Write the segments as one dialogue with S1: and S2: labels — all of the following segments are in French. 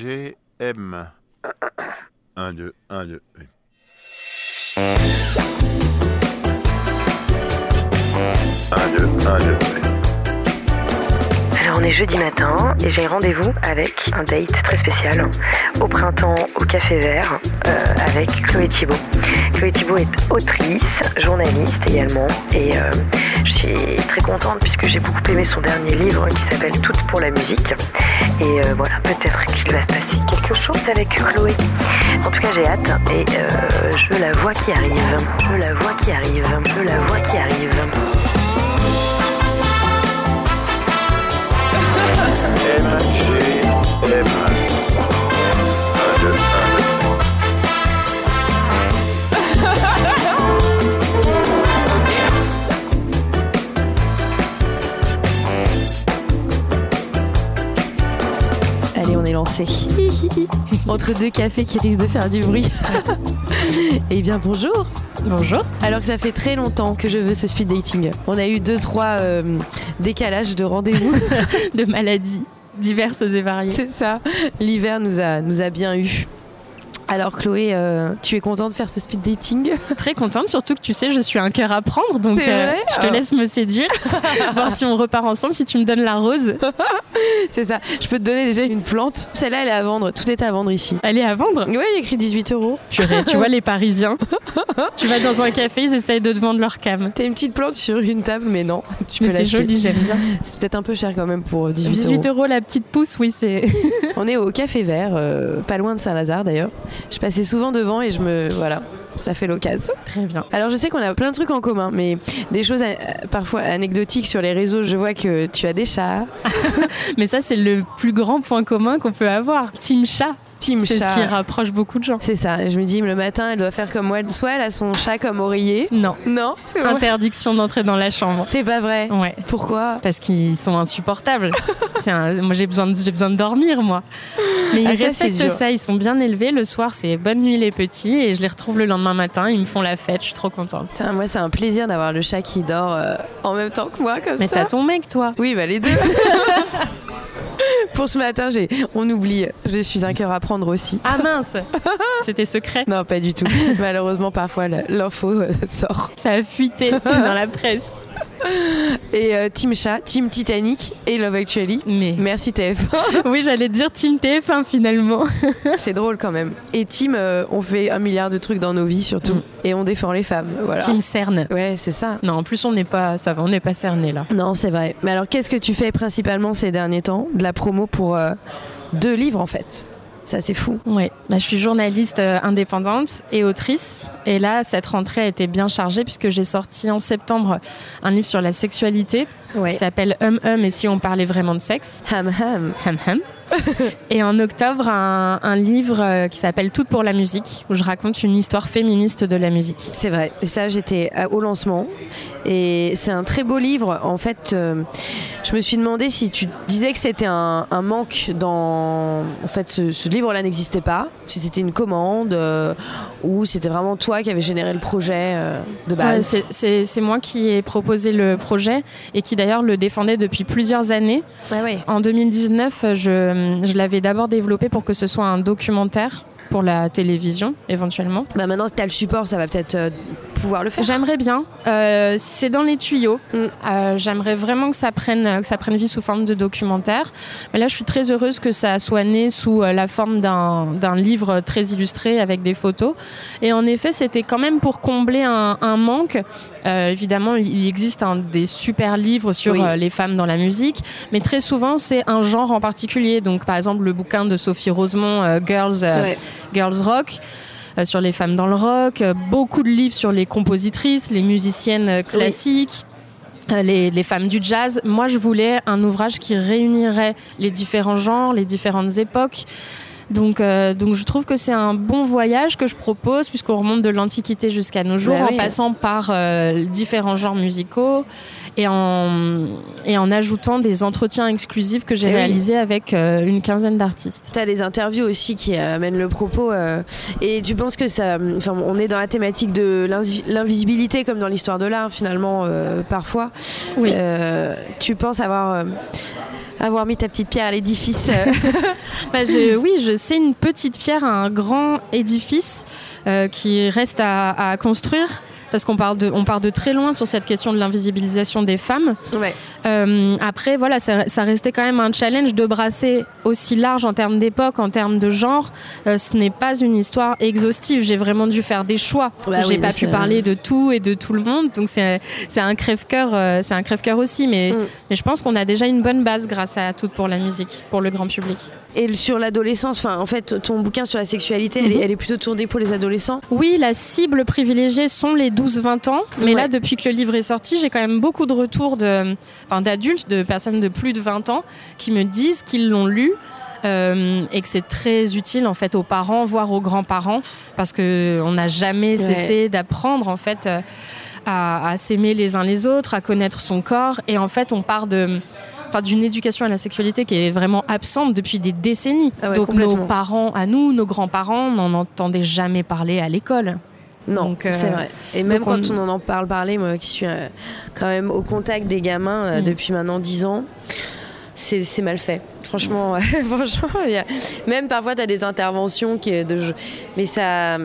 S1: MGM. 1, 2, 1, 2.
S2: Alors on est jeudi matin et j'ai rendez-vous avec un date très spécial au printemps au Café Vert euh, avec Chloé Thibault. Chloé Thibault est autrice, journaliste également et euh, je suis très contente puisque j'ai beaucoup aimé son dernier livre qui s'appelle Toutes pour la musique et euh, voilà peut-être qu'il va se passer quelque chose avec Chloé. En tout cas j'ai hâte et euh, je la vois qui arrive, je la vois qui arrive, je la vois qui arrive.
S1: MGM. 1, 2, 1, 2.
S3: Allez, on est lancé. Hi, hi, hi. Entre deux cafés qui risquent de faire du bruit. eh bien, bonjour. Bonjour. Alors que ça fait très longtemps que je veux ce speed dating. On a eu deux, trois euh, décalages de rendez-vous.
S4: de maladies diverses et variées.
S3: C'est ça. L'hiver nous a, nous a bien eu. Alors, Chloé, euh, tu es contente de faire ce speed dating
S4: Très contente, surtout que tu sais, je suis un cœur à prendre, donc euh,
S3: C'est vrai
S4: je te
S3: Oh.
S4: laisse me séduire. voir si on repart ensemble, si tu me donnes la rose.
S3: C'est ça. Je peux te donner déjà une plante. Celle-là, elle est à vendre. Tout est à vendre ici.
S4: Elle est à vendre.
S3: Ouais, il y a écrit 18 euros.
S4: Purée, tu vois les Parisiens. tu vas dans un café, ils essayent de te vendre leur cam.
S3: T'as une petite plante sur une table, mais non, tu
S4: Mais
S3: peux
S4: c'est
S3: l'acheter.
S4: joli, j'aime bien.
S3: C'est peut-être un peu cher quand même pour 18,
S4: 18
S3: euros.
S4: euros la petite pousse, oui, c'est.
S3: On est au Café Vert, euh, pas loin de Saint-Lazare d'ailleurs. Je passais souvent devant et je me. Voilà, ça fait l'occasion.
S4: Très bien.
S3: Alors je sais qu'on a plein de trucs en commun, mais des choses euh, parfois anecdotiques sur les réseaux. Je vois que tu as des chats.
S4: Mais ça, c'est le plus grand point commun qu'on peut avoir. Team chat,
S3: Team
S4: c'est
S3: chat.
S4: ce qui rapproche beaucoup de gens.
S3: C'est ça. Et Je me dis, le matin, elle doit faire comme moi. Soit elle a son chat comme oreiller.
S4: Non,
S3: Non, c'est vrai.
S4: interdiction d'entrer dans la chambre.
S3: C'est pas vrai.
S4: Ouais.
S3: Pourquoi
S4: Parce qu'ils sont insupportables. C'est un- Moi, j'ai besoin, de... j'ai besoin de dormir, moi. Mais ils
S3: Ah, ça, c'est
S4: respectent
S3: dur.
S4: ça, ils sont bien élevés. Le soir, c'est bonne nuit les petits. Et je les retrouve le lendemain matin, ils me font la fête, je suis trop contente.
S3: Putain, moi, c'est un plaisir d'avoir le chat qui dort euh, en même temps que moi, comme
S4: Mais
S3: ça.
S4: t'as ton mec, toi
S3: Oui, bah les deux. Pour ce matin, j'ai, on oublie. Je suis un cœur à prendre aussi.
S4: Ah mince C'était secret.
S3: Non, pas du tout. Malheureusement, parfois, le- l'info euh, sort.
S4: Ça a fuité dans la presse.
S3: Et euh, Team Chat, Team Titanic et Love Actually.
S4: Mais
S3: Merci TF1.
S4: oui, j'allais dire Team TF1 finalement.
S3: C'est drôle quand même. Et Team, euh, on fait un milliard de trucs dans nos vies surtout.
S4: Mm.
S3: Et on défend les femmes. Voilà.
S4: Team CERN.
S3: Ouais, c'est ça.
S4: Non, en plus, on n'est pas. Ça va, on n'est pas cerné là.
S3: Non, c'est vrai. Mais alors, qu'est-ce que tu fais principalement ces derniers temps De la promo pour euh, deux livres en fait. Ça, c'est fou.
S4: Ouais, bah, je suis journaliste euh, indépendante et autrice. Et là, cette rentrée a été bien chargée puisque j'ai sorti en septembre un livre sur la sexualité qui
S3: Ouais.
S4: s'appelle Hum Hum et si on parlait vraiment de sexe.
S3: Ham ham.
S4: Hum Hum. et en octobre, un, un livre euh, qui s'appelle Toutes pour la musique où je raconte une histoire féministe de la musique.
S3: C'est vrai. Et ça, j'étais à- au lancement. Et c'est un très beau livre. En fait, euh, je me suis demandé si tu disais que c'était un, un manque dans. En fait, ce, ce livre-là n'existait pas. Si c'était une commande euh, ou c'était vraiment toi qui avais généré le projet euh, de
S4: Ouais,
S3: base.
S4: Bah, c'est- c'est c'est moi qui ai proposé le projet et qui d'ailleurs le défendait depuis plusieurs années.
S3: Ouais, ouais.
S4: En 2019, euh, je, je l'avais d'abord développé pour que ce soit un documentaire pour la télévision, éventuellement.
S3: Bah maintenant que tu as le support, ça va peut-être euh, pouvoir le faire.
S4: J'aimerais bien. Euh, c'est dans les tuyaux.
S3: Mm.
S4: Euh, J'aimerais vraiment que ça prenne que ça prenne vie sous forme de documentaire. Mais là, je suis très heureuse que ça soit né sous euh, la forme d'un d'un livre très illustré avec des photos. Et en effet, c'était quand même pour combler un, un manque. Euh, évidemment, il existe un des super livres sur
S3: Oui.
S4: euh, les femmes dans la musique, mais très souvent, c'est un genre en particulier. Donc, par exemple, le bouquin de Sophie Rosemont, euh, Girls. euh,
S3: Ouais.
S4: Girls Rock, euh, sur les femmes dans le rock, euh, beaucoup de livres sur les compositrices, les musiciennes euh, classiques. euh, Les, les femmes du jazz. Moi, je voulais un ouvrage qui réunirait les différents genres, les différentes époques. Donc, euh, donc je trouve que c'est un bon voyage que je propose, puisqu'on remonte de l'Antiquité jusqu'à nos jours,
S3: Bah
S4: en
S3: oui.
S4: passant par euh, différents genres musicaux et en, et en ajoutant des entretiens exclusifs que j'ai
S3: Eh oui.
S4: réalisés avec euh, une quinzaine d'artistes.
S3: T'as des interviews aussi qui euh, amènent le propos. euh, et tu penses que ça. Enfin, on est dans la thématique de l'invi- l'invisibilité, comme dans l'histoire de l'art, finalement, euh, parfois.
S4: Oui.
S3: Euh, tu penses avoir. euh, avoir mis ta petite pierre à l'édifice. euh,
S4: Bah, j'ai- oui, je c'est une petite pierre à un grand édifice euh, qui reste à, à construire. Parce qu'on parle de, on part de très loin sur cette question de l'invisibilisation des femmes.
S3: Ouais.
S4: Euh, après, voilà, ça, ça restait quand même un challenge de brasser aussi large en termes d'époque, en termes de genre. Euh, ce n'est pas une histoire exhaustive. J'ai vraiment dû faire des choix.
S3: Bah
S4: J'ai
S3: oui,
S4: pas
S3: c'est-
S4: pu parler de tout et de tout le monde. Donc c'est c'est un crève-cœur, euh, c'est un crève-cœur aussi. Mais,
S3: Mm.
S4: mais je pense qu'on a déjà une bonne base grâce à Toutes pour la musique, pour le grand public.
S3: Et sur l'adolescence, enfin, en fait, ton bouquin sur la sexualité, elle, est,
S4: Mhm.
S3: elle est plutôt tournée pour les adolescents.
S4: Oui, la cible privilégiée sont les 12-20 ans. Mais
S3: Ouais.
S4: là, depuis que le livre est sorti, j'ai quand même beaucoup de retours de, enfin, d'adultes, de personnes de plus de 20 ans qui me disent qu'ils l'ont lu. euh, et que c'est très utile en fait aux parents, voire aux grands-parents, parce que on n'a jamais cessé d'apprendre en fait euh, à, à s'aimer les uns les autres, à connaître son corps, et en fait on part de, enfin d'une éducation à la sexualité qui est vraiment absente depuis des décennies.
S3: Ah ouais,
S4: Donc nos
S3: complètement.
S4: parents à nous, nos grands-parents n'en entendaient jamais parler à l'école.
S3: Non,
S4: Donc, euh,
S3: c'est vrai. Et même
S4: donc
S3: quand
S4: on-
S3: on... en parle parler, moi qui suis euh, quand même au contact des gamins euh,
S4: Mm.
S3: depuis maintenant 10 ans, c'est c'est mal fait. Franchement, franchement il y a- même parfois tu as des interventions qui, de... je- mais ça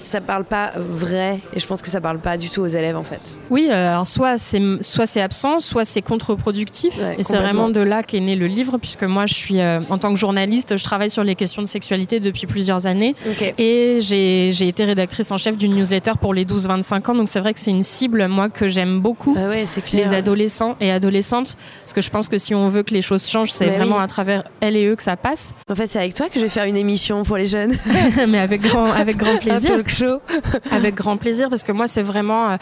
S3: ça parle pas vrai et je pense que ça parle pas du tout aux élèves en fait.
S4: Oui, euh, alors soit c'est soit c'est absent, soit c'est contre-productif.
S3: Ouais,
S4: et c'est
S3: complètement.
S4: vraiment de là qu'est né le livre, puisque moi je suis euh, en tant que journaliste, je travaille sur les questions de sexualité depuis plusieurs années.
S3: Ok.
S4: Et j'ai j'ai été rédactrice en chef d'une newsletter pour les 12-25 ans, donc c'est vrai que c'est une cible, moi, que j'aime beaucoup.
S3: Ah ouais, c'est clair.
S4: les adolescents et adolescentes, parce que je pense que si on veut que les choses changent, c'est
S3: Mais
S4: vraiment
S3: Ben oui.
S4: à travers elles et eux que ça passe,
S3: En fait, c'est avec toi que je vais faire une émission pour les jeunes.
S4: mais avec grand, avec grand plaisir.
S3: Un talk show.
S4: Avec grand plaisir, parce que moi, c'est vraiment. euh,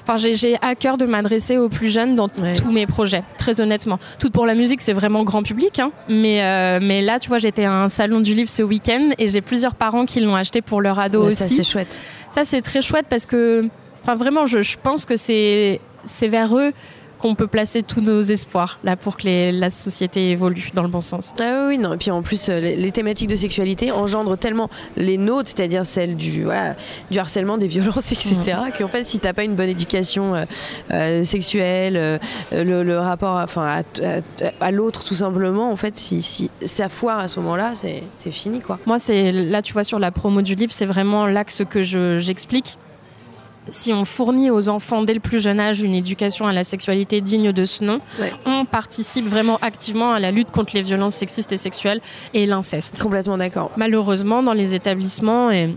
S4: Enfin, j'ai- j'ai à cœur de m'adresser aux plus jeunes dans
S3: Ouais.
S4: tous mes projets, très honnêtement. Tout pour la musique, c'est vraiment grand public, hein. mais, euh, mais là, tu vois, j'étais à un salon du livre ce week-end et j'ai plusieurs parents qui l'ont acheté pour leur ado
S3: Ouais, Bah, ça,
S4: aussi.
S3: c'est chouette.
S4: Ça, c'est très chouette parce que, enfin, vraiment, je, je pense que c'est c'est vers eux qu'on peut placer tous nos espoirs, là, pour que les- la société évolue dans le bon sens.
S3: Ah oui, oui, non. Et puis en plus, euh, les, les thématiques de sexualité engendrent tellement les nôtres, c'est-à-dire celles du, voilà, du harcèlement, des violences, etc., qu'en fait, si t'as pas une bonne éducation euh, euh, sexuelle, euh, le, le rapport à, enfin, à, à- à l'autre, tout simplement, en fait, si, si ça foire à ce moment-là, c'est c'est fini, quoi.
S4: Moi, c'est là, tu vois, sur la promo du livre, c'est vraiment l'axe que je- j'explique. si on fournit aux enfants dès le plus jeune âge une éducation à la sexualité digne de ce nom,
S3: Ouais.
S4: on participe vraiment activement à la lutte contre les violences sexistes et sexuelles et l'inceste.
S3: Complètement d'accord.
S4: Malheureusement, dans les établissements et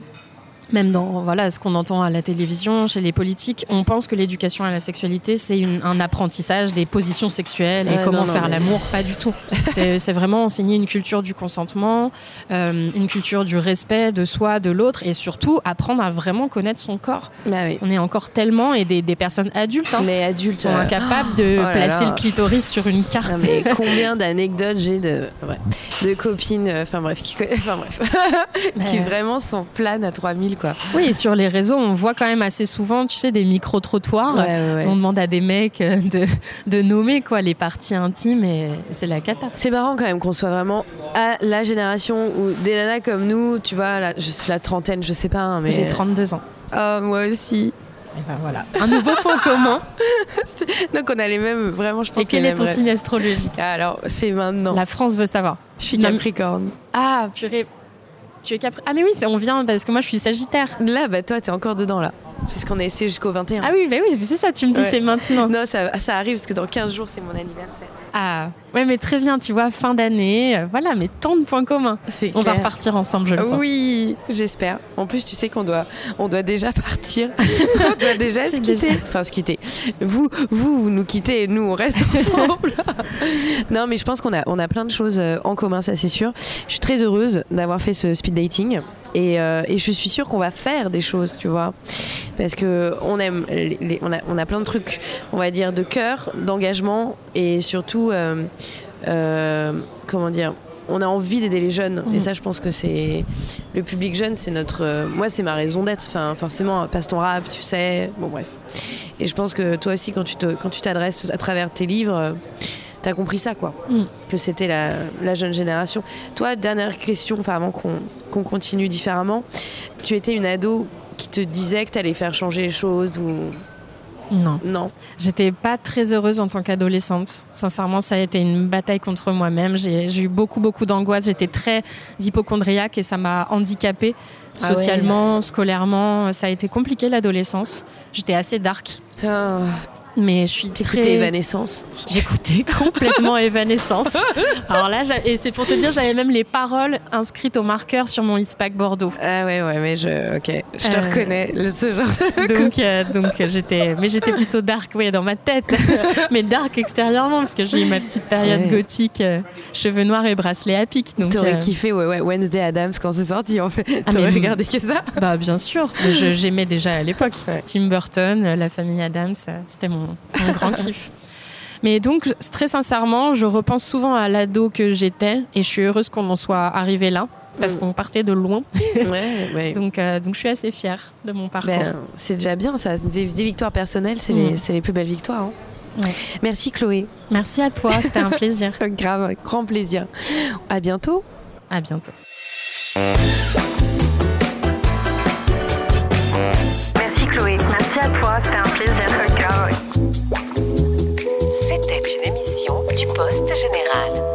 S4: même dans voilà ce qu'on entend à la télévision, chez les politiques, on pense que l'éducation à la sexualité c'est une- un apprentissage des positions sexuelles et
S3: Ouais,
S4: comment
S3: non, non,
S4: faire
S3: mais-
S4: l'amour. Pas du tout. c'est c'est vraiment enseigner une culture du consentement, euh, une culture du respect de soi, de l'autre, et surtout apprendre à vraiment connaître son corps.
S3: Bah oui.
S4: On est encore tellement et des, des personnes adultes hein,
S3: Mais
S4: qui
S3: adultes,
S4: sont
S3: euh,
S4: incapables de
S3: oh là
S4: placer
S3: là.
S4: le clitoris sur une carte.
S3: Non, mais combien d'anecdotes j'ai de, ouais, de copines, euh, enfin bref, qui, conna- enfin, bref, qui
S4: Ouais.
S3: vraiment sont planes à 3000 quoi.
S4: Oui, et sur les réseaux, on voit quand même assez souvent, tu sais, des micro trottoirs. On demande à des mecs euh, de, de nommer quoi les parties intimes et c'est la cata.
S3: C'est marrant quand même qu'on soit vraiment à la génération où des nanas comme nous, tu vois, la, je suis la trentaine, je sais pas, hein, mais.
S4: J'ai 32 ans.
S3: Ah, moi aussi.
S4: Et ben voilà. Un nouveau point commun.
S3: Donc on a les mêmes, vraiment, je pense.
S4: Et quel
S3: les
S4: est ton
S3: mêmes
S4: signe astrologique
S3: rêves. Alors, c'est maintenant.
S4: La France veut savoir.
S3: Je suis
S4: Non, mais-
S3: Capricorne.
S4: Ah, purée. Tu es capri. Ah, mais oui, c'est- on vient parce que moi je suis Sagittaire.
S3: Là, bah toi, t'es encore dedans là. Puisqu'on a essayé jusqu'au 21.
S4: Ah oui, bah oui, c'est ça, tu me dis
S3: Ouais.
S4: c'est maintenant.
S3: Non, ça, ça arrive parce que dans 15 jours, c'est mon anniversaire.
S4: Ah, ouais, mais très bien, tu vois, fin d'année, euh, voilà, mais tant de points communs.
S3: C'est
S4: On va
S3: clair.
S4: repartir ensemble, je le sens.
S3: Oui, j'espère. En plus, tu sais qu'on doit, on doit déjà partir. on doit déjà se
S4: C'est
S3: quitter.
S4: déjà-
S3: Enfin, se quitter. Vous, vous, vous nous quittez et nous, on reste ensemble. non, mais je pense qu'on a, on a plein de choses euh, en commun, ça c'est sûr. Je suis très heureuse d'avoir fait ce speed dating. Et, euh, et je suis sûre qu'on va faire des choses, tu vois. Parce que on aime, les- les- on, a, on a plein de trucs, on va dire, de cœur, d'engagement et surtout, euh, euh, comment dire, on a envie d'aider les jeunes. Et
S4: Mhm.
S3: ça, je pense que c'est le public jeune, c'est notre. euh, moi, c'est ma raison d'être. Enfin, forcément, passe ton rap, tu sais. Bon, bref. Et je pense que toi aussi, quand tu te, quand tu t'adresses à travers tes livres, euh, t'as compris ça, quoi.
S4: Mm.
S3: Que c'était la, la jeune génération. Toi, dernière question, enfin, avant qu'on qu'on continue différemment, tu étais une ado qui te disait que t'allais faire changer les choses ou
S4: Non.
S3: Non.
S4: J'étais pas très heureuse en tant qu'adolescente. Sincèrement, ça a été une bataille contre moi-même. J'ai j'ai eu beaucoup, beaucoup d'angoisse. J'étais très hypochondriaque et ça m'a handicapée
S3: Ah ouais.
S4: socialement, scolairement. Ça a été compliqué l'adolescence. J'étais assez dark.
S3: Ah,
S4: Mais je suis
S3: T'écoutais
S4: très...
S3: Evanescence
S4: J'écoutais complètement Evanescence. Alors là, j'a- et c'est pour te dire, j'avais même les paroles inscrites au marqueur sur mon Ispac Bordeaux.
S3: Ah ouais, ouais, mais je, ok, je te
S4: Euh,
S3: reconnais, le- ce genre.
S4: Donc, euh, donc euh, j'étais, mais j'étais plutôt dark, oui, dans ma tête, mais dark extérieurement parce que j'ai eu ma petite période
S3: Ouais.
S4: gothique, euh, cheveux noirs et bracelets à pic. Donc,
S3: T'aurais
S4: euh,
S3: kiffé, ouais, ouais, Wednesday Adams quand c'est sorti en fait.
S4: Ah,
S3: T'aurais
S4: mais-
S3: regardé que ça.
S4: bah bien sûr, mais je- j'aimais déjà à l'époque
S3: Ouais.
S4: Tim Burton, euh, la famille Adams, euh, c'était mon, mon grand kiff. Mais donc, très sincèrement, je repense souvent à l'ado que j'étais et je suis heureuse qu'on en soit arrivé là parce
S3: Mm.
S4: qu'on partait de loin.
S3: Ouais, ouais.
S4: Donc, euh, donc je suis assez fière de mon parcours.
S3: Ben, c'est déjà bien ça. Des, des victoires personnelles, c'est
S4: Mm.
S3: les, c'est les plus belles victoires. hein.
S4: Ouais.
S3: Merci Chloé.
S4: Merci à toi, c'était un plaisir.
S3: Grave, grand plaisir. À bientôt.
S4: À bientôt.
S2: Merci Chloé. Merci à toi, c'était un plaisir.
S5: C'était une émission du Poste Général.